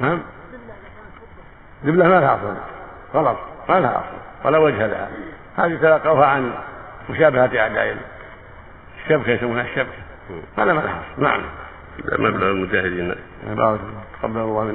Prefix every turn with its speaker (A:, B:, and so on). A: نعم دبلة ما لها أصل غلط ما لها أصل ولا وجه لها هذه تلقوها عن مشابهة أعداء الشبكة يسمونها الشبكة هذا ما لها أصل نعم
B: مبلغ المجاهدين
A: بارك الله تقبل الله منا